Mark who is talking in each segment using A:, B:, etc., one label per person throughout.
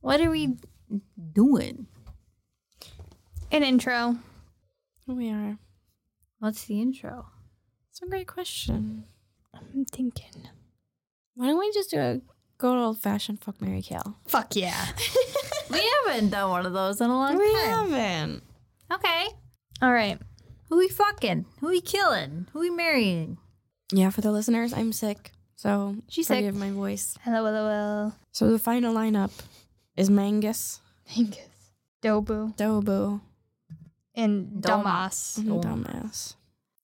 A: What are we doing?
B: An intro.
C: We are.
A: What's the intro?
C: It's a great question.
B: I'm thinking.
C: Why don't we just do a good old fashioned fuck Mary Kill?
B: Fuck yeah.
A: We haven't done one of those in a long
C: We
A: time.
C: haven't.
A: Okay.
B: All right.
A: Who we fucking? Who we killing? Who we marrying?
C: Yeah, for the listeners, I'm sick. So
A: She's
C: forgive
A: sick.
C: my voice.
B: Hello, hello,
C: So the final lineup is Mangus,
B: hello. Dobu
C: Dobo,
B: and
A: Domas.
B: Domas.
C: and
A: Oh.
C: Dumbass.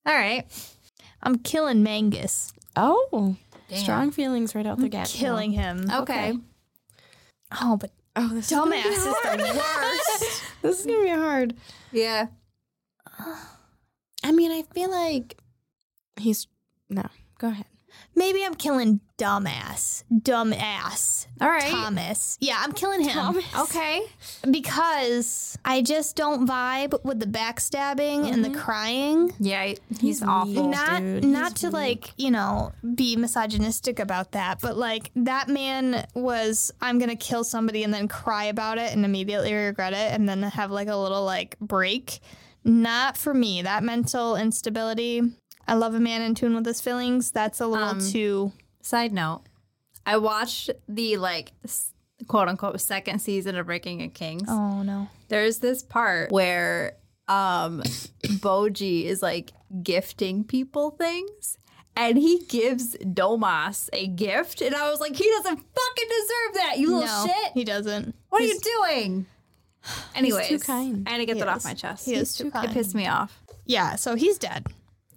A: All right.
B: I'm killing Mangus.
C: Oh,
A: Damn.
C: strong feelings right out the gate.
B: Killing him.
A: Okay.
C: Okay.
B: Oh, but
C: Oh, this
B: Dumbass
C: is
B: is
C: gonna be
B: the
C: hard.
B: worst.
C: this is gonna be hard.
A: Yeah.
C: I mean, I feel like he's no. Go ahead.
B: Maybe I'm killing Dumbass. Dumbass.
A: All right.
B: Thomas. Yeah, I'm killing him.
A: Okay.
B: Because I just don't vibe with the backstabbing and the crying.
A: Yeah, he's,
C: He's
A: awful.
C: weak.
B: not
C: dude.
B: not
C: He's
B: to
C: weak.
B: like you know be misogynistic about that but like that man was i'm gonna kill somebody and then cry about it and immediately regret it and then have like a little like break not for me that mental instability i love a man in tune with his feelings that's a little
A: Um,
B: too
A: Side note, I watched the like s- quote unquote second season of Breaking of Kings.
B: oh no
A: There's this part where um Boji is like gifting people things. And he gives Domas a gift, and I was like, he doesn't fucking deserve that, you little
B: no
A: shit.
B: he doesn't
A: what are you doing? Anyways,
C: kind.
A: I had to get that
B: He
A: off
B: is.
A: my chest.
B: He is too
A: It
B: kind.
A: pissed me off.
B: yeah so he's dead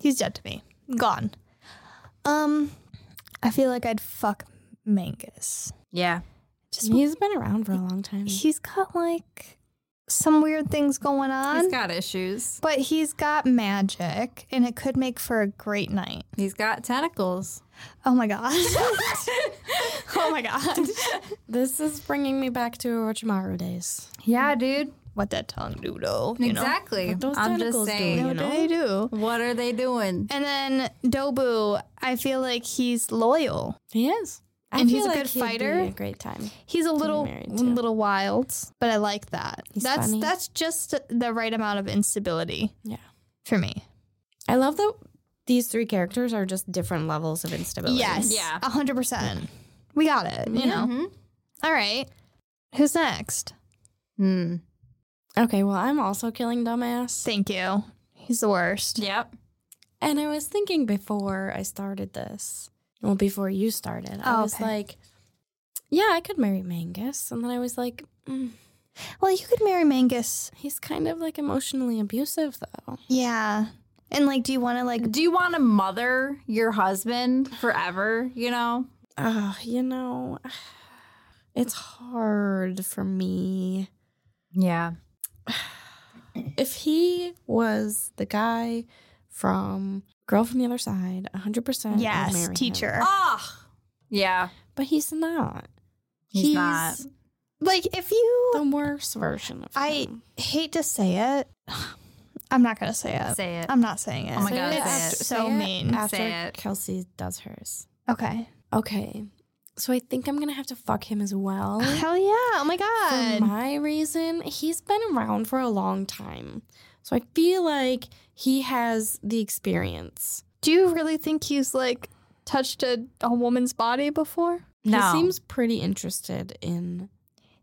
B: he's dead to me gone um i feel like i'd fuck mangus
A: Yeah,
B: just
C: He's been around for a long time.
B: he's got like some weird things going on,
A: he's got issues.
B: but he's got magic and it could make for a great night.
A: He's got tentacles.
B: Oh my god. oh my god.
C: This is bringing me back to Orochimaru days.
A: Yeah, dude.
B: What that tongue do though? you know?
A: exactly.
C: What those
A: I'm just
C: tentacles
A: saying.
C: doing?
B: What
C: You
B: do
C: know?
B: they do?
A: What are they doing?
B: And then Dobu, I feel like he's loyal.
C: He is. I
B: And
C: feel
B: he's a
C: like
B: good
C: he'd be
B: fighter.
C: a great time.
B: He's a little
C: married, too.
B: little wild, but I like that.
C: He's
B: that's
C: funny.
B: that's just the right amount of instability
C: Yeah.
B: for me.
C: I love that these three characters are just different levels of instability.
B: Yes.
A: Yeah.
B: a 100%. We got it, you know.
A: Mhm.
B: All right. Who's next?
A: Hmm.
C: Okay, well, I'm also killing dumbass.
B: Thank you. He's the worst.
A: Yep.
C: And I was thinking before I started this, well, before you started, I
B: Oh,
C: was
B: okay.
C: like, yeah, I could marry Mangus. And then I was like, mm,
B: Well, you could marry Mangus.
C: he's kind of like emotionally abusive, though.
B: Yeah. And like, do you want to like?
A: Do you want to mother your husband forever? You know?
C: Ah, you know, it's hard for me.
A: Yeah.
C: if he was the guy from Girl from the Other Side, 100%. I'd marry
B: Yes,
C: him.
B: teacher.
A: Ah. Yeah.
C: But he's not.
A: He's not.
B: Like, if you,
C: the worst version of
B: I
C: him.
B: hate to say it, I'm not gonna say it.
A: Say it.
B: I'm not saying it.
A: Oh my
C: Say
A: God,
C: it
A: say
C: after-
A: it.
B: so
C: say it
B: mean.
C: After
A: Say it.
C: Kelsey does hers.
B: Okay.
C: Okay. So I think I'm going to have to fuck him as well.
B: Hell yeah! Oh my
C: For
B: god.
C: my reason, he's been around for a long time. So I feel like he has the experience.
B: do you really think he's like touched a, a woman's body before?
A: No.
C: He seems pretty interested in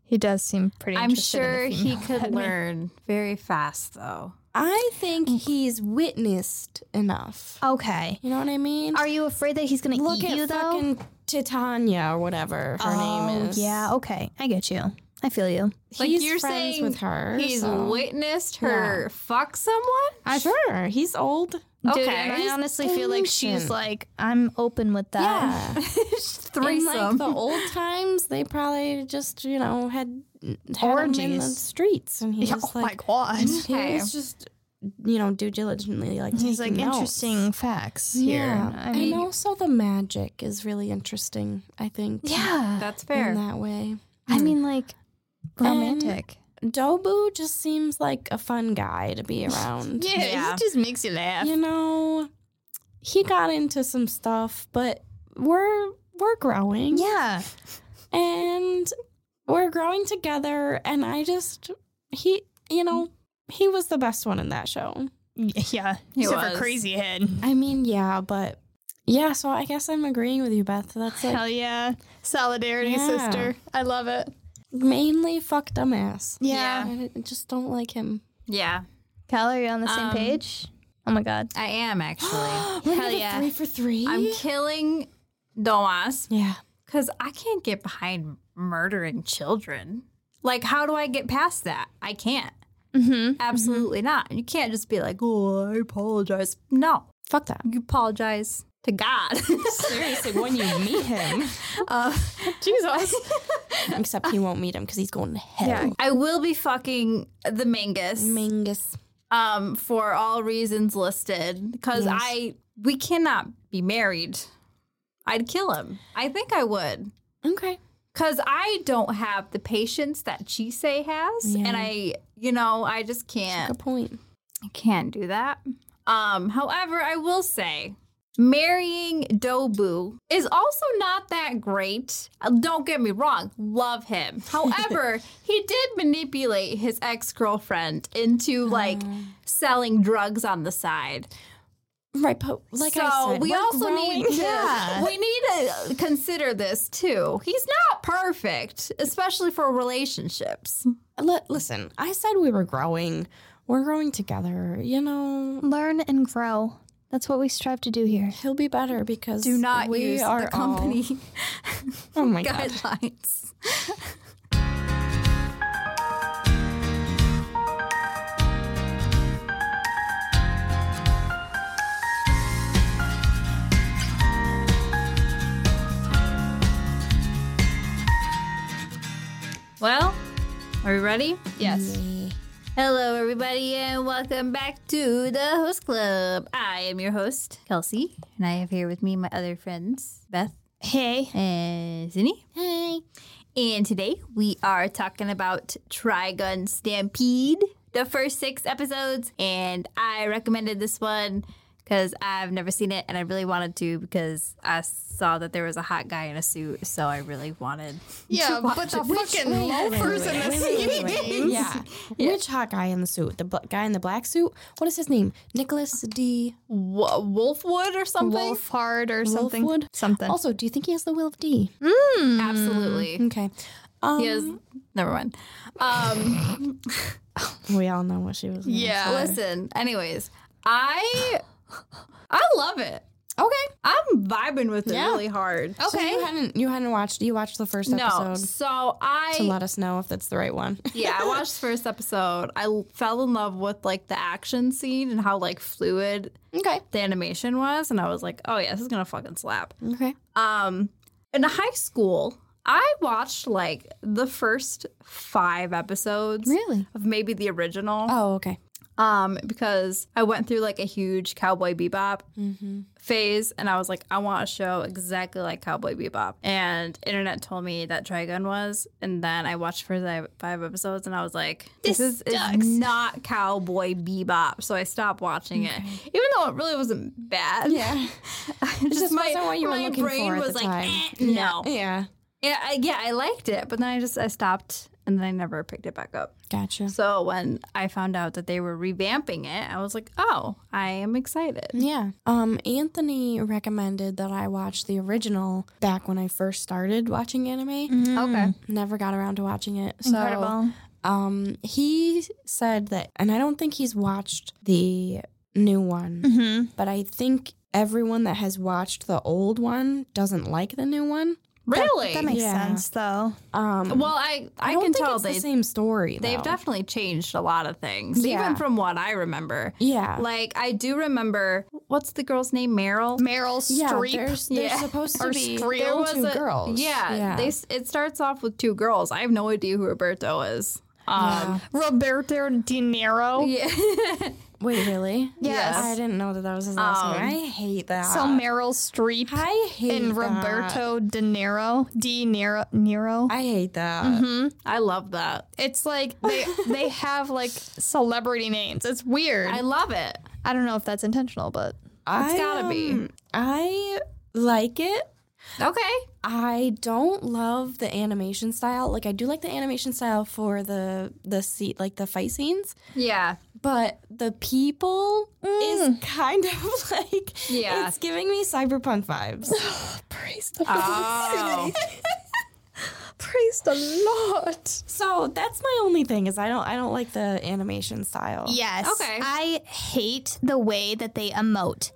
B: He does seem pretty.
A: I'm
B: interested in a
A: sure he
B: female
A: could
B: head man.
A: learn very fast, though.
C: I think
B: Mm.
C: he's witnessed enough.
B: Okay.
C: You know what I mean?
B: Are you afraid that he's gonna
C: Look
B: eat
C: at
B: you though? Oh,
C: fucking Titania or whatever her name is.
B: Yeah, okay. I get you. I feel you.
A: Like,
C: he's
A: you're
C: friends
A: saying
C: with her.
A: He's
C: so-
A: witnessed her fuck someone.
C: sure. He's old.
B: Dude,
A: Okay.
B: and I
A: He's
B: honestly feel like she's
C: innocent.
B: like, I'm open with that.
C: Yeah. In like
A: Threesome.
C: the old times, they probably just you know had, had him in the
B: Orgies.
C: streets, and he was
B: oh
C: like, "Mm,
B: my god.
C: he was just you know due diligently like
B: He's like,
C: taking notes.
B: interesting facts here.
C: Yeah.
B: I mean,
C: and also the magic is really interesting. I think.
B: yeah.
A: That's
C: In
A: fair.
C: that way.
B: I mean, like, romantic.
C: Dobu just seems like a fun guy to be around.
A: Yeah.
B: just makes you laugh.
C: You know, he got into some stuff, but we're we're growing.
B: Yeah.
C: And we're growing together. And I just, he, you know, he was the best one in that show.
B: Yeah.
A: He
B: Except
A: was.
B: for Crazy Head.
C: I mean, yeah, but yeah, so I guess I'm agreeing with you, Beth. That's like
B: Hell yeah. Solidarity,
C: Yeah.
B: sister. I love it.
C: mainly fuck dumbass.
A: Yeah.
C: I d- just don't like him.
A: Yeah,
B: Cal, are you on the same
A: Um,
B: page? Oh my god.
A: I am actually.
C: We're gonna
A: Hell
C: get
A: yeah.
C: Three for 3
A: I'm killing Domas
C: yeah.
A: because I can't get behind murdering children. Like, how do I get past that? I can't.
B: Mm-hmm.
A: Absolutely not. You can't just be like, oh, I apologize. No,
C: Fuck that.
A: you apologize to God.
C: Seriously, when you meet him,
A: uh,
C: Jesus. Except he won't meet him because he's going to hell.
B: Yeah.
A: I will be fucking the Mingus.
C: Mingus.
A: um, for all reasons listed because
C: Yes.
A: I we cannot be married. I'd kill him. I think I would
C: Okay.
A: because I don't have the patience that Chisei has,
C: Yeah.
A: and I, you know, I just can't.
C: Good point.
A: I can't do that. Um, however, I will say. Marrying Dobu is also not that great. Uh, Don't get me wrong, love him. However, he did manipulate his ex girlfriend into like selling drugs on the side.
C: Right, but like I
A: So
C: said,
A: we
C: we're
A: also need
C: growing.
A: to,
B: Yeah.
A: we need to consider this too. He's not perfect, especially for relationships.
C: Li- listen, I said we were growing. We're growing together, you know.
B: Learn and grow. That's what we strive to do here.
C: He'll be better because
A: Do not
C: we
A: use
C: are
A: the company
C: all- oh my god.
A: guidelines. Well, are we ready?
B: Yes.
A: Hello, everybody, and welcome back to the Host Club. I am your host, Kelsey, and I have here with me my other friends, Beth
B: Hey.
A: and Zinni. Hi. And today we are talking about Trigun Stampede, the first six episodes. And I recommended this one because I've never seen it and I really wanted to because I saw that there was a hot guy in a suit. So I really wanted.
B: Yeah,
A: watch
B: but the
A: it. Which
B: fucking
A: way?
B: loafers and the
C: Wait, wait, wait, wait, wait.
B: skinny
C: Yeah. Which hot guy in the suit? The bl- guy in the black suit? What is his name? Nicholas D.
A: Wolfwood or something?
B: Wolf hard or something.
C: Wolfwood?
B: Something.
C: Also, do you think he has the will of D?
A: Absolutely.
C: Okay. Um,
A: He has. Mm-hmm. Never mind. Um,
C: We all know what she was. gonna
B: Yeah.
A: listen. Anyways, I I love it.
C: say. Okay.
A: I'm vibing with it
C: Yeah.
A: really hard.
C: So you hadn't you hadn't watched you watched the first
A: Oh, No,
C: episode
A: so
C: to
A: I
C: let us know if that's the right one.
A: yeah I watched the first episode. I l- fell in love with like the action scene and how like fluid
C: okay.
A: the animation was, and I was like, oh yeah, this is gonna fucking slap.
C: Okay.
A: Um, in high school, I watched like the first five episodes
C: Really?
A: of maybe the original.
C: Oh, okay.
A: um, because I went through like a huge Cowboy Bebop
C: Mm-hmm.
A: phase, and I was like, I want a show exactly like Cowboy Bebop. And internet told me that Trigun was, and then I watched for the five episodes, and I was like, this,
B: This
A: is, is
B: sucks.
A: not Cowboy Bebop. So I stopped watching it, even though it really wasn't bad.
C: Yeah.
A: just,
C: just
A: my,
C: wasn't what you were
A: my
C: looking
A: brain
C: for at
A: was
C: the
A: like,
C: time.
A: "Eh, no, yeah.
C: Yeah.
A: I, yeah, I liked it, but then I just I stopped, and then I never picked it back up.
C: Gotcha.
A: So when I found out that they were revamping it, I was like, "Oh, I am excited."
C: Yeah. Um, Anthony recommended that I watch the original back when I first started watching anime.
A: Okay.
C: Never got around to watching it. So,
B: Incredible.
C: um, he said that, and I don't think he's watched the new one,
B: Mm-hmm.
C: but I think everyone that has watched the old one doesn't like the new one.
A: Really?
B: That makes
C: Yeah.
B: sense, though.
C: Um,
A: well, I I,
C: I,
A: can
C: don't think
A: tell
C: it's
A: they
C: the same story.
A: they've
C: though.
A: definitely changed a lot of things,
C: Yeah.
A: even from what I remember.
C: yeah.
A: Like I do remember what's the girl's name? Meryl.
B: Meryl
C: yeah,
B: Streep.
C: there's, there's
A: Yeah.
C: supposed to
B: Or
C: be
B: Streep.
C: there
B: There
C: was two girls.
A: Yeah, They s- it starts off with two girls. I have no idea who Roberto is. Um,
B: Roberto De
C: Oh.
B: Niro.
A: yeah.
C: Wait, really?
A: Yes.
C: I didn't know that that was his last name. I hate that.
B: So Meryl Streep
C: I hate
B: and
C: that.
B: Roberto De Niro. De Niro. Niro.
C: I hate that.
A: I love that.
B: It's like they they have like celebrity names. It's weird.
A: I
B: I,
A: love it.
B: don't know if that's intentional, but
C: I,
A: gotta be.
C: um, I like it.
A: Okay.
C: I don't love the animation style. Like I do like the animation style for the the seat like the fight scenes,
A: Yeah.
C: but the people is kind of like
A: Yeah.
C: it's giving me cyberpunk vibes.
B: Praise the
A: Oh.
B: Praise the Lord.
C: so that's my only thing is I don't I don't like the animation style.
B: Yes.
A: Okay.
B: I hate the way that they emote.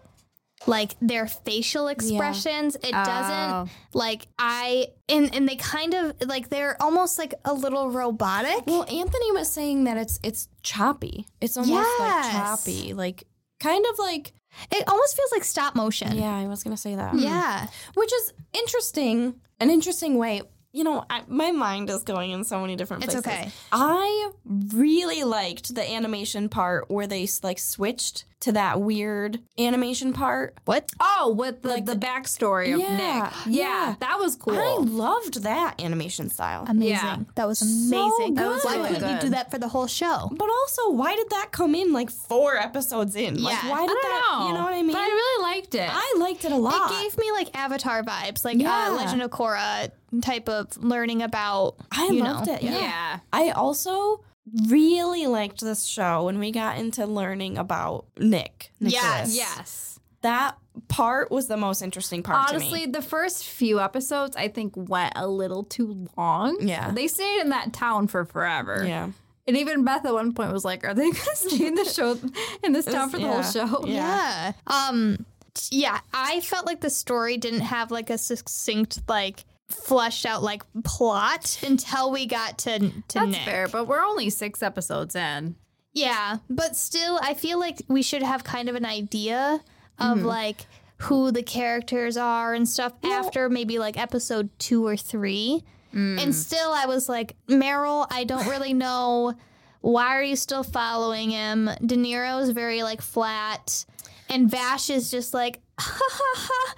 B: Like their facial expressions, it
A: Oh.
B: doesn't like I and and they kind of like they're almost like a little robotic.
C: Well, Anthony was saying that it's it's choppy. It's almost
B: Yes.
C: like choppy, like kind of like
B: It almost feels like stop motion. Hmm.
C: Hmm. yeah. I was gonna say that.
B: Yeah.
C: which is interesting. An interesting way. You know, I, my mind is going in so many different
B: It's
C: places.
B: okay.
C: I really liked the animation part where they like switched to that weird animation part.
B: What?
A: Oh, with the,
C: Like
A: the backstory of
C: Yeah,
A: Nick. Yeah,
C: yeah.
A: That was cool.
C: I loved that animation style.
B: Amazing.
A: Yeah.
B: That was amazing.
C: That was
B: Why
C: really
B: couldn't you
A: good.
B: do that for the whole show?
C: But also, why did that come in like four episodes in? Like,
B: Yeah.
C: why
A: I
C: did
A: don't
C: that?
A: know.
C: You know what I mean?
A: But I
C: I,
A: really liked it.
C: liked it a lot.
B: It gave me like Avatar vibes, like
C: Yeah.
B: uh, Legend of Korra type of learning about.
C: I
B: you
C: loved
B: know.
C: it.
A: yeah.
C: I also really liked this show when we got into learning about Nick.
A: Yes.
C: Nicholas.
A: Yes.
C: That part was the most interesting part
A: Honestly,
C: to me.
A: the first few episodes I think went a little too long.
C: Yeah.
A: They stayed in that town for forever.
C: Yeah.
A: And even Beth at one point was like, Are they gonna stay in the show in this town
C: was-
A: for the
C: yeah.
A: whole show?
C: Yeah.
B: Yeah. Um t- yeah, I felt like the story didn't have like a succinct like fleshed out like plot until we got to to
A: That's
B: Nick.
A: fair, but we're only six episodes in.
B: Yeah, but still I feel like we should have kind of an idea of like who the characters are and stuff after maybe like episode 2 or 3. And still I was like, "Meryl, I don't really know why are you still following him?" De Niro is very like flat. And Vash is just like, ha ha ha,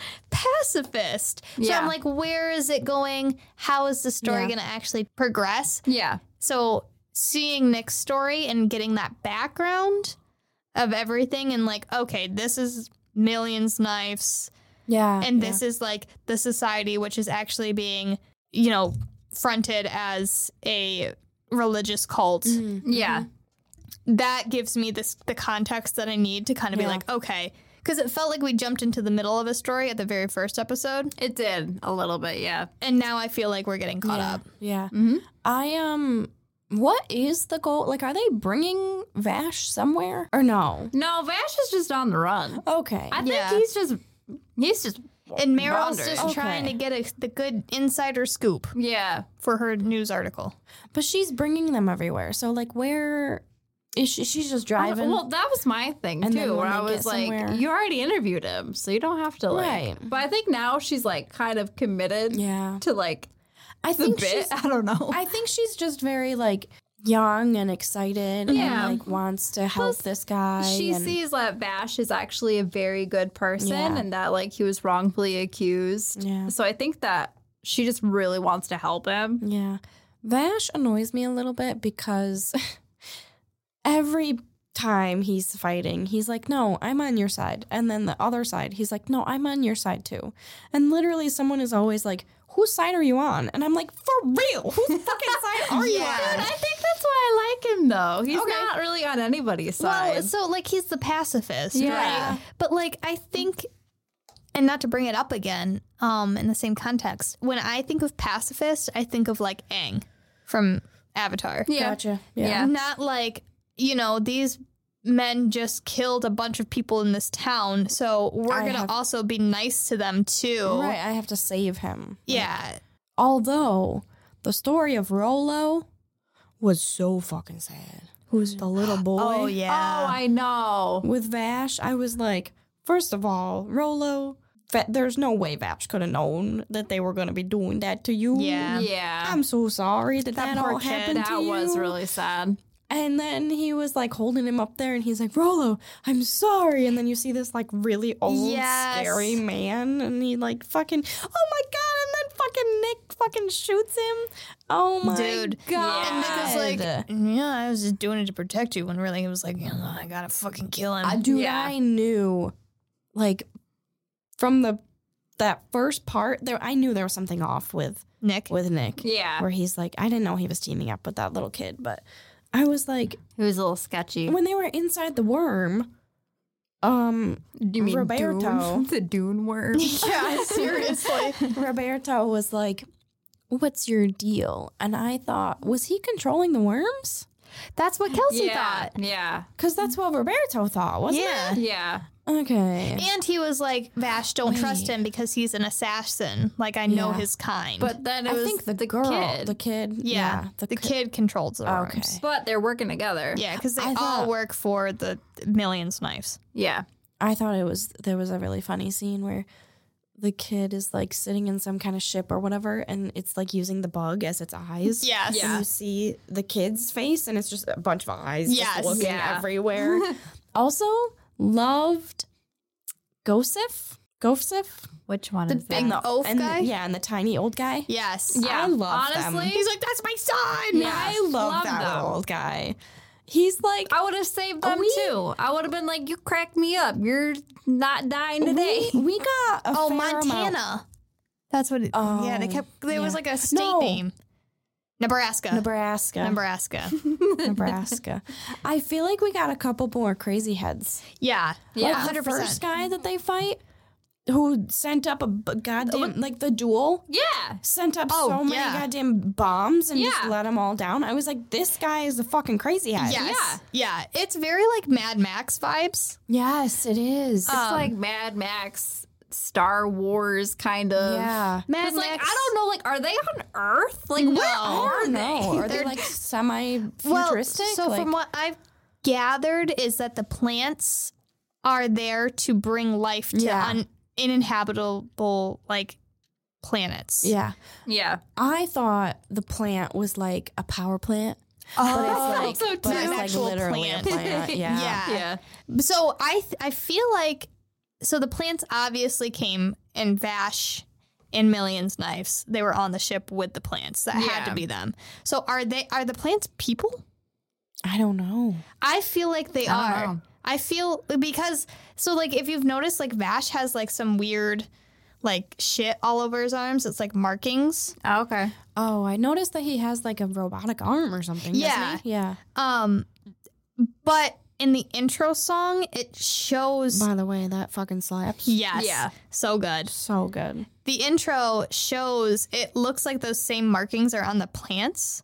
B: pacifist. So
A: Yeah.
B: I'm like, where is it going? How is the story going to actually progress?
A: Yeah.
B: So seeing Nick's story and getting that background of everything and like, okay, this is millions knives
C: Yeah.
B: and this is like the society which is actually being, you know, fronted as a religious cult.
C: Mm-hmm.
A: Yeah.
B: That gives me this the context that I need to kind of
C: Yeah.
B: be like, okay, because it felt like we jumped into the middle of a story at the very first episode,
A: It did a little bit, yeah.
B: and now I feel like we're getting caught
C: yeah.
B: up.
C: Yeah.
A: Mhm.
C: I um what is the goal? Like are they bringing Vash somewhere or no?
A: No, Vash is just on the run.
C: Okay.
A: I think
B: Yeah.
A: he's just he's just
B: And Meryl's
A: Wandering.
B: just
C: Okay.
B: trying to get a, the good insider scoop.
A: yeah.
B: for her news article.
C: but she's bringing them everywhere. So like where is she, she's just driving?
A: Well, that was my thing
C: And then
A: too,
C: when
A: where I
C: they get
A: was like,
C: somewhere-
A: you already interviewed him, so you don't have to like.
C: Right.
A: But I think now she's like kind of committed
C: yeah.
A: to like
C: I
A: the
C: think
A: bit.
C: she's
A: I don't know.
C: I think she's just very like young and excited
A: Yeah.
C: and like wants to help
A: Plus,
C: this guy.
A: she
C: and-
A: sees that Vash is actually a very good person
C: Yeah.
A: and that like he was wrongfully accused.
C: Yeah.
A: So I think that she just really wants to help him.
C: Yeah. Vash annoys me a little bit because every time he's fighting, he's like, No, I'm on your side. And then the other side, he's like, No, I'm on your side too. And literally someone is always like, Whose side are you on? And I'm like, For real, whose fucking side are you
B: Yeah.
A: Dude,
C: on?
A: I think that's why I like him though. He's
C: Oh, Okay.
A: not really on anybody's side.
B: Well, so like he's the pacifist,
A: Yeah.
B: right? But like I think and not to bring it up again, um, in the same context, when I think of pacifist, I think of like Aang from Avatar.
A: yeah.
C: Gotcha.
A: Yeah.
B: Not like, you know, these men just killed a bunch of people in this town, so we're
C: I
B: gonna
C: have-
B: also be nice to them too.
C: Right. I have to save him.
B: Yeah.
C: Although the story of Rolo was so fucking sad. Who's the little boy?
B: Oh
A: Oh,
B: yeah.
A: I know.
C: with Vash, I was like, first of all, Rolo, Va- there's no way Vash could have known that they were going to be doing that to you.
B: Yeah.
A: Yeah.
C: I'm so sorry that that,
B: That
C: all
B: poor kid.
C: happened
A: that
C: to you.
A: was really sad.
C: And then he was like holding him up there, and he's like, "Rolo, I'm sorry." And then you see this like really old,
B: Yes.
C: scary man, and he like fucking, oh my god! And then fucking Nick fucking shoots him. Oh my
B: Dude.
C: god!
B: And Nick was like, yeah, I was just doing it to protect you. When really he was like, you know, I gotta fucking kill him.
C: I dude,
A: Yeah.
C: I knew, like, from the that first part there I knew there was something off with
B: Nick.
C: with Nick.
A: Yeah.
C: Where he's like, I didn't know he was teaming up with that little kid, but I was like,
A: It was a little sketchy.
C: when they were inside the worm, um,
A: Do you mean
C: Roberto.
A: Dune? the Dune worm?
B: yeah, seriously.
C: Roberto was like, What's your deal? And I thought, was he controlling the worms?
B: That's what Kelsey
A: yeah,
B: thought.
A: yeah,
C: Because that's what Roberto thought, wasn't
B: Yeah.
A: yeah.
C: it? Okay.
B: And he was like, Vash, don't trust him because he's an assassin. Like, I know
C: Yeah.
B: his kind.
A: But then it
C: I
A: was
C: think the, girl,
A: kid.
C: the kid.
B: yeah, the,
C: the, kid.
B: kid controls the worms.
C: Okay.
A: but they're working together.
B: Yeah, because they
C: I
B: all
C: thought-
B: work for the Million Snipes.
A: yeah.
C: I thought it was there was a really funny scene where the kid is like sitting in some kind of ship or whatever, and it's like using the bug as its eyes.
B: Yes.
A: Yeah.
C: And you see the kid's face, and it's just a bunch of eyes
B: Yes.
C: just looking
A: Yeah.
C: everywhere. also, loved Gosif. Gosif?
A: Which one
B: The
A: is
B: big-
A: that?
B: The oaf
C: and
B: guy?
C: yeah, and the tiny old guy.
B: Yes.
A: Yeah,
C: I love them.
A: honestly,
B: He's like, that's my son.
A: Yeah.
C: I love,
A: Love
C: that
A: them.
C: little old guy. He's like
B: Oh,
A: I would have saved them
C: We-
A: too. I would have been like, "You cracked me up. You're not dying today."
C: we, we got a
B: Oh,
C: fair amount-
B: Montana. That's what it
C: Oh,
B: Yeah, they kept there was
C: yeah.
B: like a state
C: No.
B: name. Nebraska.
C: Nebraska.
B: Nebraska.
C: Nebraska. I feel like we got a couple more crazy heads.
B: yeah.
A: Yeah.
C: Like the
B: 100%.
C: first guy that they fight, who sent up a b- goddamn like the duel,
A: yeah,
C: sent up
B: Oh,
C: so many
B: yeah.
C: goddamn bombs and just
A: Yeah.
C: let them all down. I was like, this guy is a fucking crazy head.
B: Yes. Yeah. It's very like Mad Max vibes.
C: Yes, it is.
B: Um,
A: it's like Mad Max, Star Wars kind of.
C: yeah.
B: Mad
A: It's like I don't know. Like, are they on Earth? Like, where
B: No.
A: are they?
C: No, are they
B: They're-
C: like semi
B: well,
C: futuristic?
B: so from what I've gathered is that the plants are there to bring life to
C: Yeah.
B: un- uninhabitable like planets.
C: yeah,
A: Yeah,
C: I thought the plant was like a power plant, but it's
A: Oh,
C: like,
A: so
C: but
A: too.
C: it's
A: An
C: like
B: actual
C: literally
B: plant.
C: a plant. Yeah,
B: Yeah.
A: yeah,
B: So I th- I feel like so the plants obviously came in Vash and Millions knives. They were on the ship with the plants. That had to
A: Yeah.
B: be them. So are they are the plants people?
C: I don't know.
B: I feel like
A: I
B: they
A: don't
B: are.
A: know.
B: I feel because so like if you've noticed like Vash has like some weird like shit all over his arms. It's like markings.
A: okay.
C: Oh, I noticed that he has like a robotic arm or something.
B: Yeah.
C: doesn't he? yeah.
B: Um but in the intro song it shows
C: By the way, that fucking slaps.
B: Yes.
A: Yeah.
B: So good.
C: so good.
B: the intro shows it looks like those same markings are on the plants.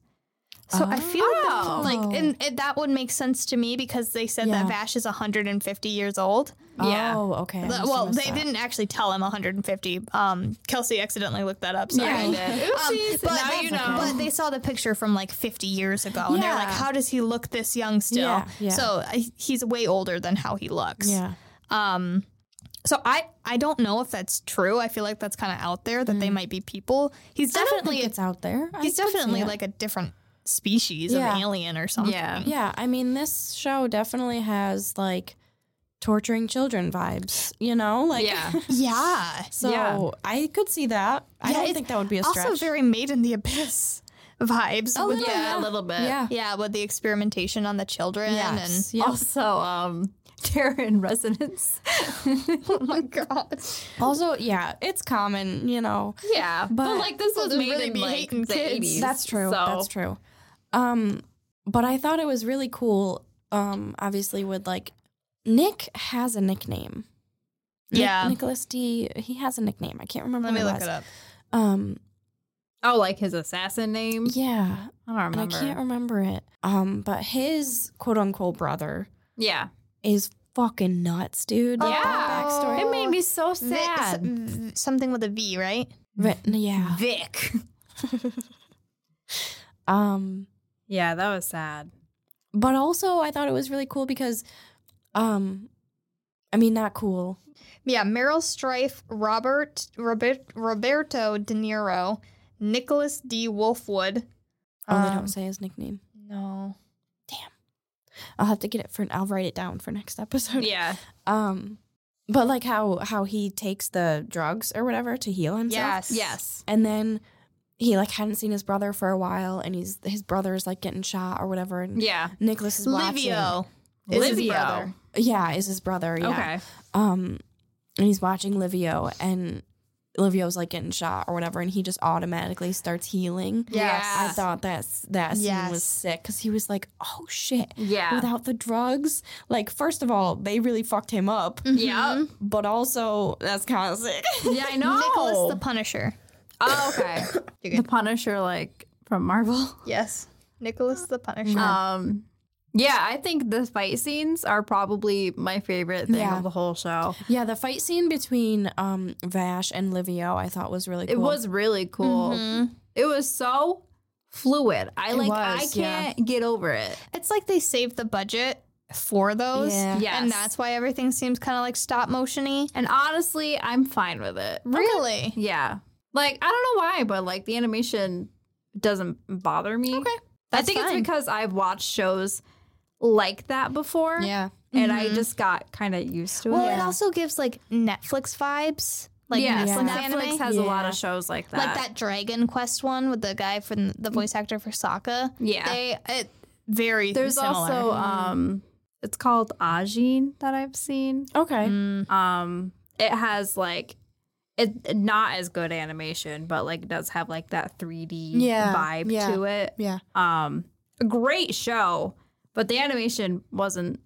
B: So I feel
A: Oh.
B: like, the, like and it, that would make sense to me because they said
C: Yeah.
B: that Vash is 150 years old.
A: Yeah.
C: Oh, okay.
B: The-
C: I must
B: well,
C: have missed
B: they
C: that.
B: didn't actually tell him 150. Um, Kelsey accidentally looked that up. Sorry.
A: Yeah, I did.
B: Um,
A: Oopsies.
B: but,
A: now you know.
B: but they saw the picture from like 50 years ago, and they're
C: Yeah.
B: like, "How does he look this young still?"
C: Yeah, yeah.
B: So I, he's way older than how he looks.
C: Yeah.
B: Um, so I I don't know if that's true. I feel like that's kind of out there that they
C: Mm.
B: might be people. He's definitely
C: Definitely, it's out there. I
B: he's
C: could see
B: definitely
C: it.
B: like a different species
C: Yeah.
B: of alien or something.
A: Yeah.
C: Yeah, I mean, this show definitely has like torturing children vibes. You know, like
A: yeah,
B: Yeah.
C: So
A: Yeah.
C: I could see that. I
B: Yeah,
C: don't
B: it's
C: think that would be a stretch.
B: Also very made in the abyss vibes. with
A: yeah,
B: the-
A: a little bit.
C: yeah.
B: yeah, with the experimentation on the children
C: Yes.
B: and
C: Yep.
A: Also, um, Terror in Resonance.
B: oh my god.
C: Also, yeah, it's common. You know,
A: Yeah, but,
C: But
A: like this
B: people
A: was
B: just
A: made
B: really
A: in
B: be
A: like
B: hating
A: the
B: kids.
A: 80s.
C: That's true.
A: So,
C: That's true. Um, but I thought it was really cool. Um, obviously with like Nick has a nickname. Nic-
B: Yeah.
C: Nicholas D. He has a nickname. I can't remember.
B: Let me
C: what
B: look it
C: was.
B: up.
C: Um,
A: Oh, like his assassin name?
C: yeah,
A: I don't
C: and I
A: remember.
C: can't remember it. Um, but his quote unquote brother
A: yeah,
C: is fucking nuts, dude. Like, that
A: Yeah.
C: backstory.
A: it made me so
B: Vi- s-
A: sad.
B: v- something with a V, right?
C: But, yeah.
A: Vic.
C: Um,
A: Yeah, that was sad.
C: but also I thought it was really cool because, um, I mean not cool.
B: Yeah, Meryl Streep, Robert, Robert Roberto De Niro, Nicholas D. Wolfwood.
C: Oh, they
B: Um,
C: don't say his nickname.
B: No.
C: I'll have to get it for. I'll write it down for next episode.
A: Yeah,
C: Um, but like how how he takes the drugs or whatever to heal himself.
B: Yes.
A: yes.
C: And then he like hadn't seen his brother for a while, and he's his brother's like getting shot or whatever. And
A: Yeah.
C: Nicholas is watching.
B: Livio. is his brother.
A: Livio.
C: Yeah, is his brother. Yeah.
A: Okay.
C: Um, and he's watching Livio, and Livio's like getting shot or whatever, and he just automatically starts healing.
A: Yes.
C: I thought that's that scene
B: Yes.
C: was sick because he was like, "Oh shit!"
A: Yeah.
C: Without the drugs, like first of all, they really fucked him up,
A: Yep.
C: but also that's kind of sick.
A: Yeah, I know.
B: Nicholas the Punisher.
A: oh, okay.
B: You're
A: the Punisher, like from Marvel.
B: Yes. Nicholas the Punisher.
A: Um, yeah, I think the fight scenes are probably my favorite thing
C: Yeah.
A: of the whole show.
C: yeah, the fight scene between um Vash and Livio, I thought was really cool.
A: It was really cool.
B: Mm-hmm.
A: It was so fluid. I
C: It
A: like. I
C: was, yeah.
A: can't get over it.
B: It's like they saved the budget for those.
C: Yeah.
A: Yes.
B: And that's why everything seems kind of like stop motiony.
A: And honestly, I'm fine with it.
B: Really?
A: Yeah. Like I don't know why, but like the animation doesn't bother me.
B: Okay.
A: I
B: That's
A: think
B: fine.
A: it's because I've watched shows like that before.
C: yeah.
A: And I just got kind of used to
B: Mm-hmm. Well,
A: it.
B: it also gives like Netflix vibes. Like
A: yeah,
B: Netflix,
A: Netflix
B: anime.
A: has a lot of
C: Yeah.
A: shows like that.
B: like that Mm. Dragon Quest one with the guy from the voice actor for Sokka.
A: Yeah.
B: They it, very
A: There's
B: similar.
A: also um it's called Ajin that I've seen.
C: Okay.
B: Mm,
A: Um it has like it not as good animation, but like does have like that 3D
C: Yeah,
A: vibe
C: yeah.
A: to it.
C: Yeah.
A: Um a great show, but the animation wasn't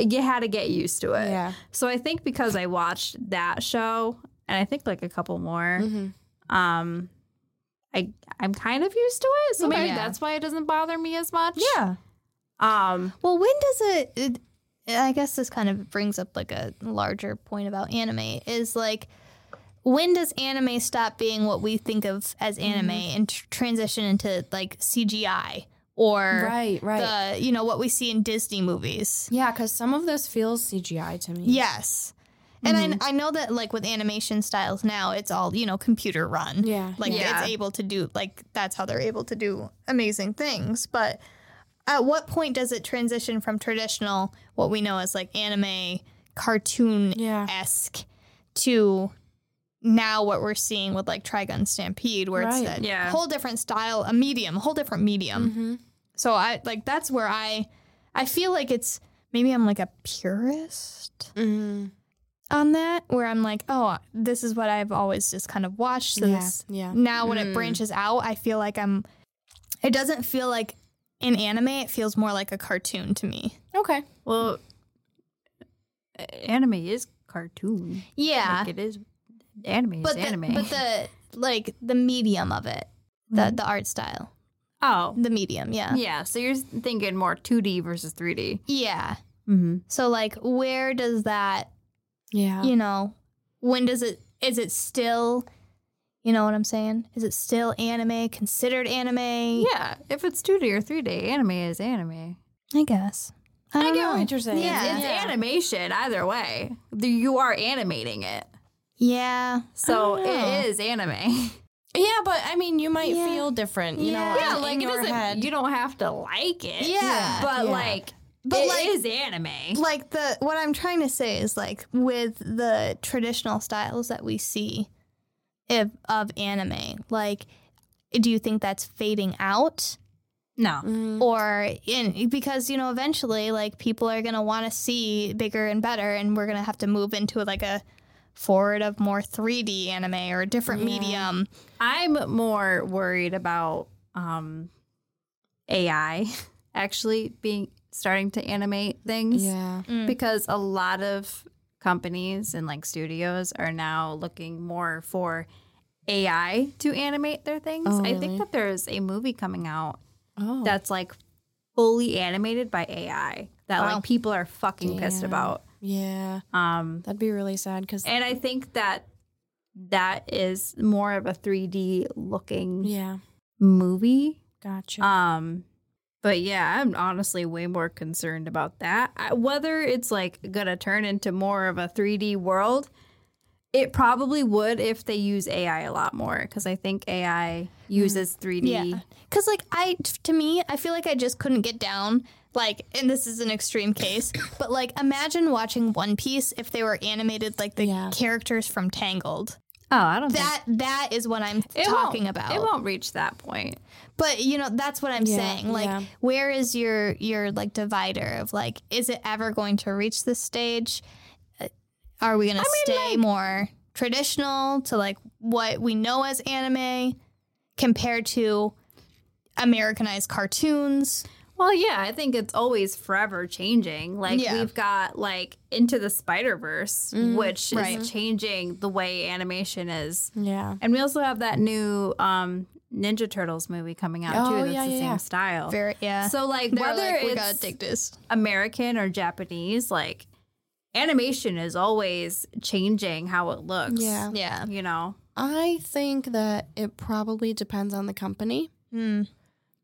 A: you had to get used to it.
C: Yeah.
A: So I think because I watched that show and I think like a couple more,
C: Mhm.
A: um I I'm kind of used to it. So
B: Okay.
A: maybe
B: Yeah.
A: that's why it doesn't bother me as much.
C: Yeah.
A: Um
B: well, when does it, it? I guess this kind of brings up like a larger point about anime is like. When does anime stop being what we think of as anime and tr- transition into like CGI or
C: Right. Right.
B: the you know what we see in Disney movies?
C: Yeah, because some of this feels CGI to me.
B: Yes. And
C: Mm-hmm.
B: I, I know that like with animation styles now it's all you know computer run
C: Yeah.
B: like
A: Yeah.
B: it's able to do like that's how they're able to do amazing things but at what point does it transition from traditional what we know as like anime
C: Yeah.
B: cartoon-esque to now what we're seeing with like Trigun Stampede where
C: Right. Mm-hmm.
B: it's a
A: Yeah.
B: whole different style a medium a whole different medium so I like that's where I I feel like it's maybe I'm like a purist
C: Mm,
B: on that where I'm like, oh, this is what I've always just kind of watched. So
C: yeah.
B: this-
C: Yeah.
B: now when
A: Mm.
B: it branches out, I feel like I'm. It doesn't feel like an anime. It feels more like a cartoon to me.
C: Okay.
A: Well, a- anime is cartoon.
B: Yeah,
A: Like, it is anime
B: but
A: is
B: the,
A: anime.
B: but the like the medium of it, the the art style,
A: oh,
B: the medium. Yeah,
A: yeah. So you're thinking more 2D versus 3D.
B: yeah.
A: Mm-hmm.
B: So like, where does that?
C: Yeah.
B: You know, when does it? Is it still? You know what I'm saying? Is it still anime? Considered anime?
A: Yeah, if it's 2D or 3D, anime is anime.
B: I guess. I,
C: I
B: don't
C: get
B: know.
C: what you're saying.
B: Yeah.
A: It's animation either way. The- You are animating it,
B: Yeah.
A: so
C: I don't know.
A: it is anime.
C: Yeah, but I mean, you might
B: Yeah.
C: feel different, you know,
A: yeah,
C: in,
A: like
C: in
A: it
C: your
A: doesn't.
C: head.
A: You don't have to like it.
B: Yeah.
A: but
C: Yeah.
A: like,
B: But,
A: it
B: like-
A: is anime.
B: Like the what I'm trying to say is like with the traditional styles that we see if, of anime, like do you think that's fading out
A: No.
C: Mm.
B: or in because you know eventually like people are going to want to see bigger and better and we're going to have to move into like a forward of more 3D anime or a different
C: Yeah.
B: medium.
A: I'm more worried about um, AI actually being starting to animate things
C: yeah. Hmm.
A: because a lot of companies and like studios are now looking more for AI to animate their things.
C: Oh,
A: I
C: really?
A: think that there's a movie coming out
C: Oh.
A: that's like fully animated by AI that
B: Wow.
A: like people are fucking pissed
C: Damn.
A: about.
C: yeah.
A: Um,
C: That'd be really sad because.
A: and I think that that is more of a 3D looking
C: Yeah.
A: movie.
C: Gotcha.
A: Um, but yeah, I'm honestly way more concerned about that. I, whether it's like gonna turn into more of a 3D world, it probably would if they use AI a lot more because I think AI uses 3D.
B: Yeah. Cuz like I to me, I feel like I just couldn't get down like and this is an extreme case, but like imagine watching One Piece if they were animated like the
C: Yeah.
B: characters from Tangled.
A: Oh, I don't
B: That that is what I'm
A: think it won't-
B: talking about.
A: It won't reach that point.
B: But you know, that's what I'm
C: Yeah,
B: saying. Like
C: yeah.
B: where is your your like divider of like is it ever going to reach this stage? Uh, Are we going to stay more traditional to like what we know as anime compared to Americanized cartoons.
A: Well, yeah, I think it's always forever changing. Like
B: Yeah.
A: we've got like Into the Spider Verse, which
B: right.
A: is changing the way animation is,
C: Yeah.
A: and we also have that new um, Ninja Turtles movie coming out too.
C: Oh,
A: That's
C: yeah,
A: the
C: yeah,
A: same
C: yeah. uh,
A: style.
B: Very yeah.
A: so like
B: They're
A: whether
B: like, we gotta
A: it's
B: take this.
A: American or Japanese, like animation is always changing how it looks.
C: Yeah.
B: Yeah.
A: you know.
C: I think that it probably depends on the company
B: Mm.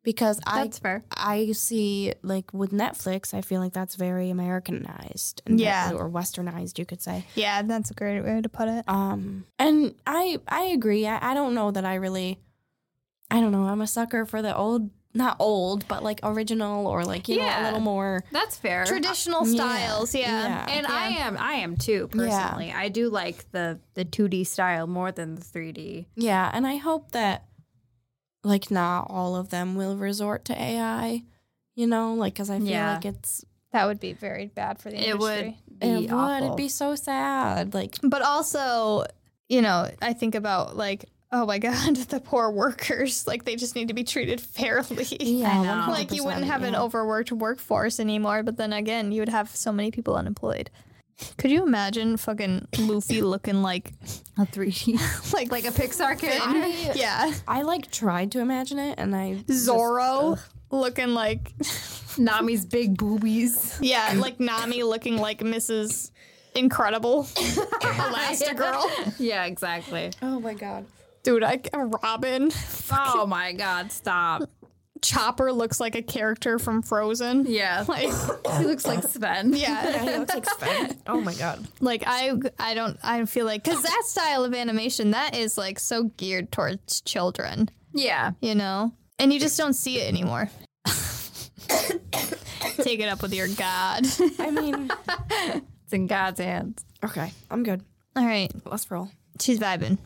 C: because I
A: That's fair.
C: I see like with Netflix, I feel like that's very Americanized, and that-
B: Yeah.
C: or Westernized, you could say.
B: Yeah, that's a great way to put it.
C: Um, and I I agree. I, I don't know that I really, I don't know. I'm a sucker for the old, not old, but like original or like you know
A: Yeah.
C: a little more.
A: That's fair.
B: Traditional
C: Yeah,
B: styles, yeah.
C: yeah.
A: And
B: Yeah.
A: I am, I am too personally. I do like the the two D style more than the three D.
C: Yeah, and I hope that like not all of them will resort to AI. You know, like because I feel
A: Yeah.
C: like it's
B: That would be very bad for the
A: It would
B: industry.
A: be
C: it would
A: awful.
C: it'd be so sad. Like
B: But also, you know, I think about like, oh my god, the poor workers, like they just need to be treated fairly.
A: I know.
B: Like you wouldn't
C: 100%,
B: have an
C: yeah.
B: overworked workforce anymore, but then again, you would have so many people unemployed. Could you imagine fucking Luffy looking like
A: a three D
B: like
A: like a Pixar character.
C: I,
B: yeah,
C: I like tried to imagine it, and I just-
A: uh,
B: Zorro looking like
A: Nami's big boobies.
B: Yeah, like Nami looking like Mrs. Incredible, Elastigirl,
A: yeah, exactly.
C: oh my god.
B: dude. I Robin
A: Oh my God! Stop.
B: Chopper looks like a character from Frozen.
A: Yeah,
B: Like,
A: he looks like Sven.
B: yeah,
C: It looks like Sven. Oh my god.
B: like I, I don't, I feel like because that style of animation that is like so geared towards children,
A: yeah.
B: you know, and you just don't see it anymore. Take it up with your god.
C: I mean,
A: It's in God's hands.
C: okay, I'm good.
B: All right,
C: Let's roll.
B: she's vibing.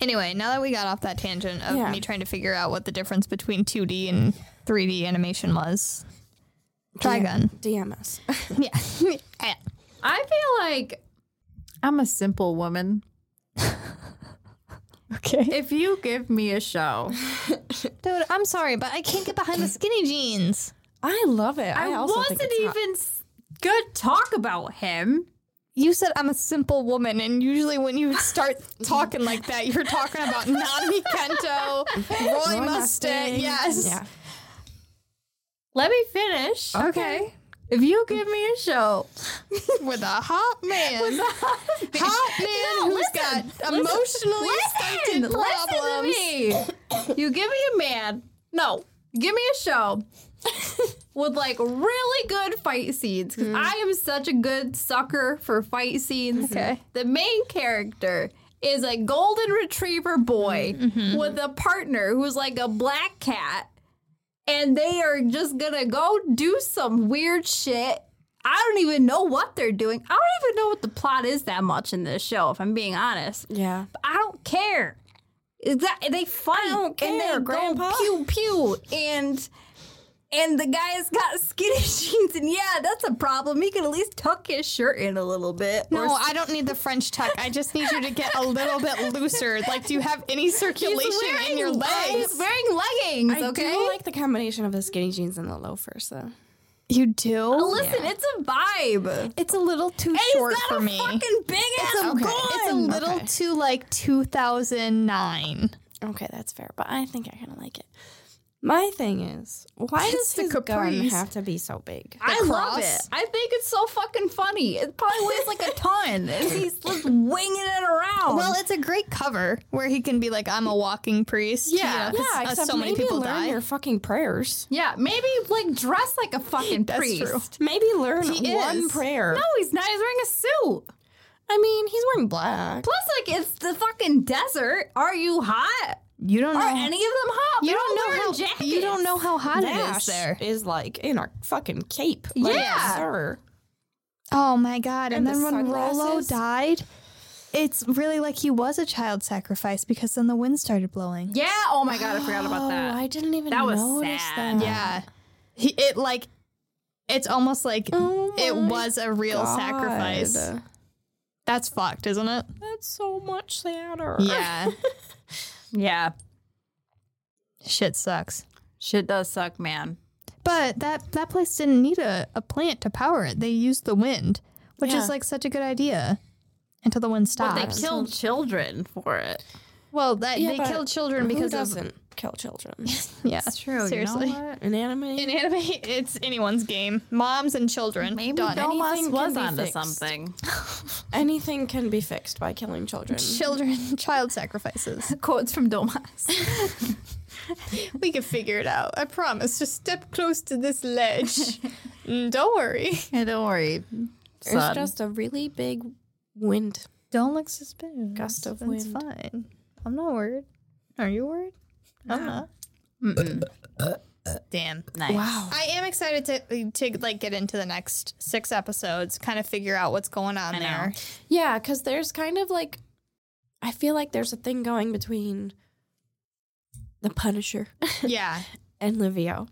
B: Anyway, now that we got off that tangent of
C: Yeah.
B: me trying to figure out what the difference between 2D and 3D animation was, Trigun.
C: DMS.
B: Yeah. Eh.
A: I feel like I'm a simple woman.
B: okay.
A: If you give me a show,
B: Dude, I'm sorry, but I can't get behind the skinny jeans.
C: I love it. I,
A: I,
C: also think
A: wasn't
C: it's hot.
A: even s good talk about him.
B: You said I'm a simple woman, and usually when you start talking like that, you're talking about Nami Kento, Roy,
C: Roy
B: Mustang.
C: Mustang.
B: Yes.
C: Yeah.
A: Let me finish. Okay. If you give me a show,
B: With a hot man. hot man
A: No,
B: who's
A: listen,
B: got emotionally stunted
A: listen,
B: problems.
A: listen to me. You give me a man. No, give me a show with like really good fight scenes.
B: Hmm.
A: 'cause I am such a good sucker for fight scenes.
B: Okay.
A: The main character is a golden retriever boy
B: Mm-hmm,
A: with a partner who's like a black cat, and they are just gonna go do some weird shit. I don't even know what they're doing. I don't even know what the plot is that much in this show, if I'm being honest.
C: Yeah.
A: I don't care. Is that- they fight and
C: care,
A: they
C: Grandpa.
A: go pew pew and and the guy's got skinny jeans and yeah, that's a problem. He can at least tuck his shirt in a little bit. or
B: No,
A: s-
B: I don't need the French tuck. I just need you to get a little bit looser. Like, do you have any
A: he's
B: circulation in
A: wearing-
B: your legs?
A: He's wearing leggings.
C: I
A: okay.
C: do like the combination of the skinny jeans and the loafers, though.
B: You do?
A: Listen, it's a vibe. And
B: It's a little too
A: Oh, he's
B: short
A: got
B: for
A: a
B: me.
A: fucking big ass
C: okay.
A: gun.
B: It's a little
C: Okay.
B: too like 2009.
C: Okay, that's fair, but I think I kind of like it. My thing is, why
B: It's
C: does
B: the
C: his gun
B: capris.
C: have to be so big?
A: I love
B: cross.
A: it. I think it's so fucking funny. It probably weighs like a ton, and he's just winging it around.
B: Well, it's a great cover where he can be like, "I'm a walking priest." you know, 'cause, uh, so many
C: maybe
B: people
C: learn
B: die.
C: your fucking prayers.
A: Yeah, maybe like dress like a fucking priest.
B: true.
C: Maybe learn
B: He
C: one
B: is.
C: prayer.
A: No, he's not. He's wearing a suit.
C: I mean, he's wearing black.
A: Plus, like it's the fucking desert. Are you hot?
B: You don't know.
A: Are any of them hot?
B: you
A: They're
B: don't
A: all
B: know
A: wearing
B: how.
A: Jackets.
B: You don't know how hot it
C: Nash
B: is there.
C: is like in a fucking cape. Like,
A: Yeah.
C: sir.
B: Oh my god. And,
C: And the
B: then when Rolo
C: sunglasses.
B: died, it's really like he was a child sacrifice because then the wind started blowing.
A: Yeah. Oh my god, I forgot about
C: Oh,
A: that.
C: I didn't even
A: That was
C: notice
A: sad.
C: that.
B: Yeah. He, it like it's almost like
C: Oh
B: it
C: my
B: was a real sacrifice.
C: God.
B: That's fucked, isn't it?
C: That's so much sadder.
B: Yeah.
A: Yeah.
B: Shit sucks.
A: Shit does suck, man.
B: But that that place didn't need a, a plant to power it. They used the wind, which
C: Yeah.
B: is like such a good idea. Until the wind
A: But they
B: stops.
A: killed children for it.
B: well, that,
C: Yeah,
B: they
C: but
B: killed children
C: Who
B: because of
C: doesn't kill children?
B: yeah.
A: That's true.
B: Seriously.
A: You know what?
C: Inanimate.
B: In anime, it's anyone's game. Moms and children.
A: Maybe
B: Done.
A: Domas
C: Anything
A: was
C: can be
A: onto
C: fixed.
A: something.
C: Anything can be fixed by killing children.
B: Children, child sacrifices.
A: Quotes from Domas.
B: we can figure it out. I promise. Just step close to this ledge. Mm, Don't worry.
A: yeah, don't worry.
C: It's
A: son.
C: just a really big wind.
B: Don't look suspicious.
C: Gust of
B: That's
C: wind.
B: fine. I'm not worried. Are you worried? I'm not.
A: Mm-mm.
B: Damn.
A: Nice.
B: I am excited to to like get into the next six episodes, kind of figure out what's going on
A: I know.
B: there.
C: Yeah, because there's kind of like, I feel like there's a thing going between the Punisher
B: yeah,
C: and Livio,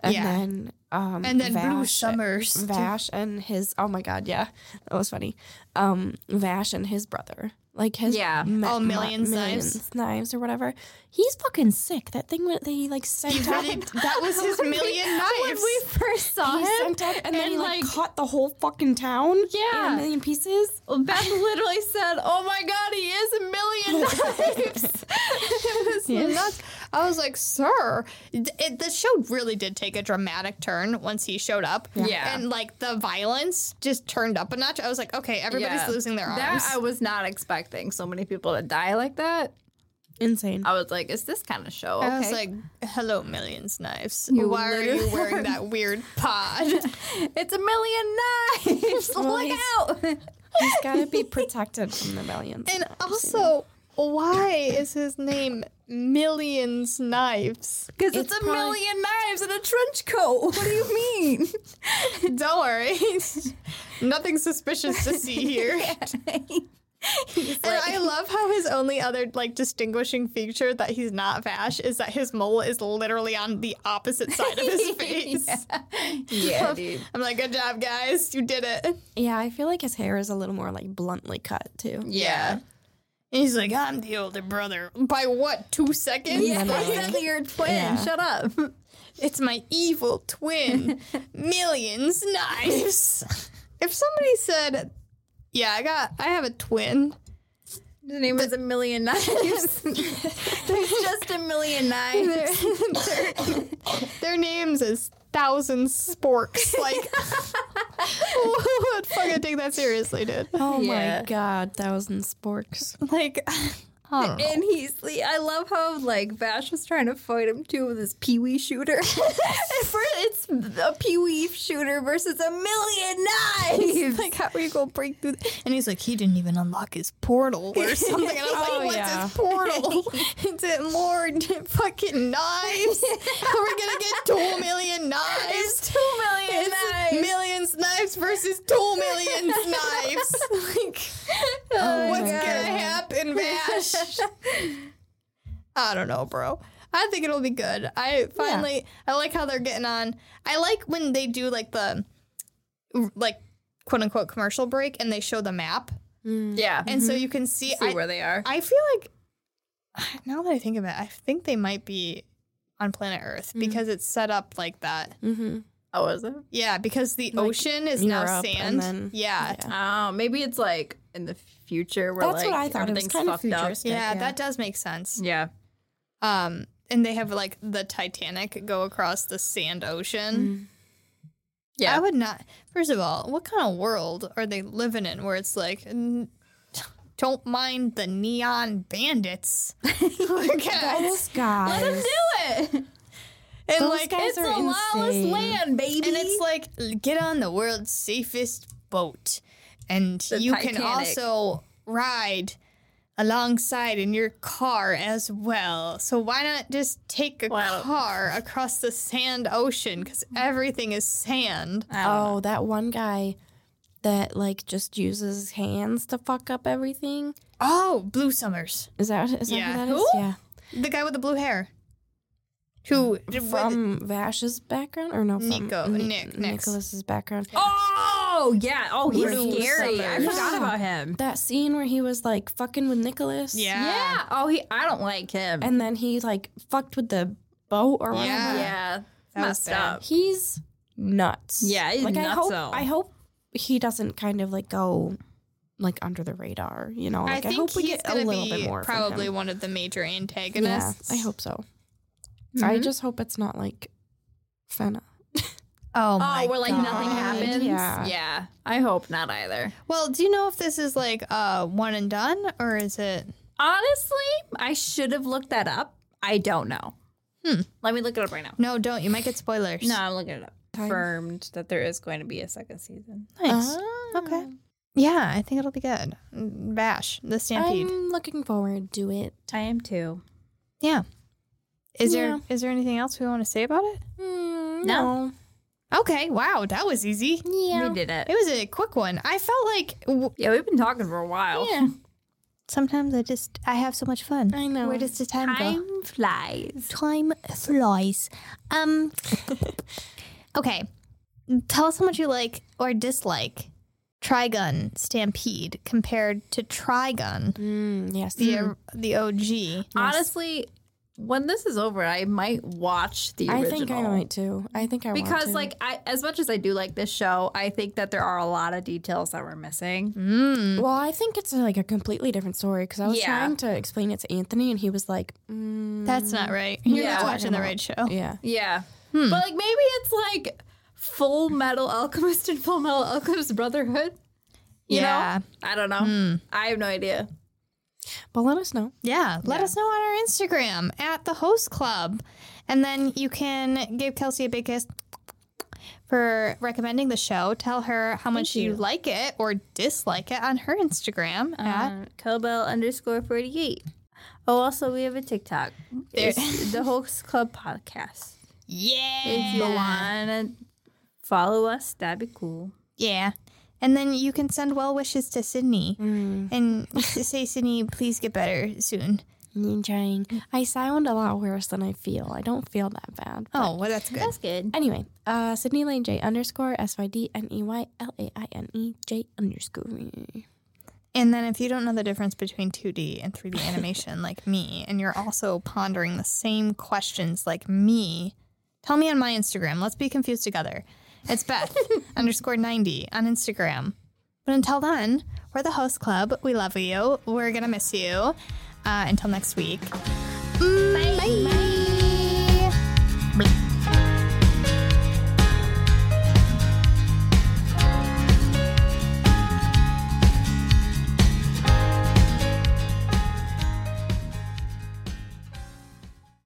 C: and
B: Yeah.
C: then um,
B: and then Blue
C: Vash-
B: Summers.
C: Vash and his oh my god, yeah, that was funny. Um, Vash and his brother, like his
A: Yeah.
C: mi-
B: Oh,
C: mi-
B: Millions Knives.
C: Millions knives or whatever. He's fucking sick. That thing that he like sent out.
B: That that was his million
A: When
B: knives.
A: we first saw
C: He
A: him,
C: sent out and, then
A: and,
C: he like,
A: like-
C: caught the whole fucking town in
A: Yeah.
C: a million pieces.
A: Beth literally said, "Oh my God, he is a million knives." it was
B: And that's- I was like, sir, it, it, the show really did take a dramatic turn once he showed up.
A: Yeah.
B: And like the violence just turned up a notch. I was like, okay, everybody's
A: Yeah.
B: losing their arms.
A: That I was not expecting so many people to die like that.
C: Insane.
A: I was like, "It's this kind of show." Okay.
B: I was like, hello, millions knives.
A: You
B: Why are you
A: literally-
B: wearing that weird pod?
A: "It's a million knives!
C: Well,
A: Look
C: he's-
A: out!"
C: He's gotta be protected from the millions.
B: and also, why is his name Millions Knives?
A: Because
C: It's
A: it's, a
C: probably-
A: million knives and a trench coat. What do you mean?
B: Don't worry. Nothing suspicious to see here. And I love how his only other like distinguishing feature that he's not Vash is that his mole is literally on the opposite side of his face.
A: yeah, dude.
B: I'm like, good job, guys, you did it. And
C: yeah, I feel like his hair is a little more like bluntly cut too.
A: Yeah.
B: he's like, I'm the older brother. By what? Two seconds?
A: Yeah,
C: no.
A: exactly. You're a twin.
C: Yeah.
A: Shut up.
B: It's my evil twin. Millions knives. if somebody said, Yeah, I got, I have a twin.
A: The name is a million knives. There's just a million knives.
B: Their names is Thousand Sporks. Like, who would fucking take that seriously, dude?
C: Oh
A: Yeah.
C: my god, thousand sporks.
B: Like, I don't know.
A: And he's, I love how like Vash was trying to fight him too with his peewee shooter. And for- it's a peewee shooter versus a million knives.
B: Like, how are you gonna break through? th- And he's like, he didn't even unlock his portal or something. And I was
C: Oh,
B: like, what's
C: yeah.
B: his portal? Is it more fucking knives? We're gonna get two million knives.
A: It's two million
B: It's
A: knives.
B: millions knives versus two millions knives. Like,
A: Oh my
B: what's
A: God.
B: gonna happen, Vash? I don't know, bro. I think it'll be good. I finally, I like how they're getting on. I like when they do like the, like, quote unquote commercial break and they show the map,
C: Mm.
A: Yeah.
B: and
C: Mm-hmm.
B: so you can see.
A: Mm-hmm. see
B: I,
A: where they are.
B: I feel like now that I think of it, I think they might be on planet Earth because it's set up like that.
C: Mm-hmm.
A: Oh, is it?
B: Yeah, because the
C: Like,
B: ocean is now
C: Europe and
B: sand.
C: then-
B: yeah. yeah.
A: Oh, maybe it's like in the future where
C: That's
A: like
C: what I thought. It was
A: everything's
C: kind of
A: fucked up.
C: futuristic.
B: that does make sense.
C: Mm.
A: Yeah.
B: Um, and they have like the Titanic go across the sand ocean.
C: Mm.
A: Yeah.
B: I would not. First of all, what kind of world are they living in where it's like, n- don't mind the neon bandits? okay.
C: Those
A: Let
C: guys.
A: him do it.
B: And
C: Those
B: like,
C: guys
A: It's
C: are
A: a lawless
C: insane.
A: land, baby.
B: And it's like, get on the world's safest boat. And
A: The
B: you can
A: Titanic.
B: also ride alongside in your car as well. So why not just take a
A: Wow.
B: car across the sand ocean? Because
C: Mm-hmm.
B: everything is sand.
C: Oh, that one guy that like just uses his hands to fuck up everything.
B: Oh, Blue Summers.
C: Is that is that
B: Yeah.
C: who that is?
B: Who?
C: Yeah.
B: The guy with the blue hair. Who
C: Mm,
B: with-
C: From Vash's background or no? From
B: Nico- Nick- Nick's.
C: Nicholas's background.
A: oh, Oh yeah. Oh, he's
C: Bruce
A: scary. I
C: Summers.
A: forgot about him.
C: That scene where he was like fucking with Nicholas.
A: Yeah. Oh, he. I don't like him.
C: And then he like fucked with the boat or whatever.
B: Yeah.
A: yeah,
B: That was
A: messed
B: bad.
A: up.
C: He's nuts.
A: Yeah, he's
C: like I
A: nutso.
C: hope I hope he doesn't kind of like go like under the radar, you know. Like I,
B: think
C: hope we
B: he's
C: get a
B: gonna
C: little
B: be
C: bit more. from
B: probably
C: him.
B: one of the major
C: Yeah,
B: antagonists.
C: I hope so. I
A: Mhm.
C: just hope it's not like Fenna.
B: Oh,
A: Oh, we're like nothing
C: God.
A: happens.
C: Yeah.
A: yeah. I hope not either.
B: Well, do you know if this is like uh one and done or is it?
A: Honestly, I should have looked that up. I don't know. Hmm. Let me look it up right now.
B: No, don't. You might get spoilers.
A: No, I'm looking it up. Confirmed that there is going to be a second season.
B: Nice.
C: Ah.
B: Okay. Yeah, I think it'll be good. Mm, Bash the Stampede.
C: I'm looking forward to it.
A: I am too.
B: yeah. Is
C: Yeah.
B: there is there anything else we want to say about it?
C: Mm,
A: No.
B: Okay. Wow, that was easy.
C: Yeah.
A: We did it.
B: It was a quick one. I felt like w-
A: Yeah, we've been talking for a while.
C: Yeah.
B: sometimes I just I have so much fun.
C: I know.
B: Where does the time go?
A: Time flies.
B: Time flies. Um. okay. Tell us how much you like or dislike Trigun Stampede compared to Trigun,
C: Mm, yes.
B: the the OG.
A: Honestly, when this is over, I might watch the
C: I
A: original.
C: think I might too. I think I want
A: Because
C: to.
A: like I as much as I do like this show, I think that there are a lot of details that we're missing.
B: Mm.
C: Well, I think it's like a completely different story because I was
A: Yeah.
C: trying to explain it to Anthony and he was like, mm,
B: That's not right. You're
A: Yeah,
B: not
A: why
B: watching the
C: not?
B: right show.
C: Yeah.
A: Yeah. But like maybe it's like Full Metal Alchemist and Full Metal Alchemist Brotherhood. You
B: Yeah.
A: know? I don't know. I have no idea.
C: But let us know.
B: Yeah, let us know on our Instagram at the Host Club, and then you can give Kelsey a big kiss for recommending the show. Tell her how much you.
A: you.
B: like it or dislike it on her Instagram at
A: Uh, Cobell underscore forty eight. Oh, also we have a TikTok. It's the Hoax Club podcast. If you
B: yeah,
A: wanna follow us, that'd be cool.
B: yeah. And then you can send well wishes to Sydney and say, Sydney, please get better soon.
C: I'm trying. Mm-hmm. I sound a lot worse than I feel. I don't feel that bad. but-
B: Oh, well, that's good.
A: good.
C: Anyway, uh, Sydney Lane J underscore S Y D N E Y L A I N E J underscore.
B: And then if you don't know the difference between 2D and 3D animation like me, and you're also pondering the same questions like me, tell me on my Instagram. Let's be confused together. It's Beth underscore 90 on Instagram. But until then, we're the host club. We love you. We're going to miss you. Uh, until next week. Bye.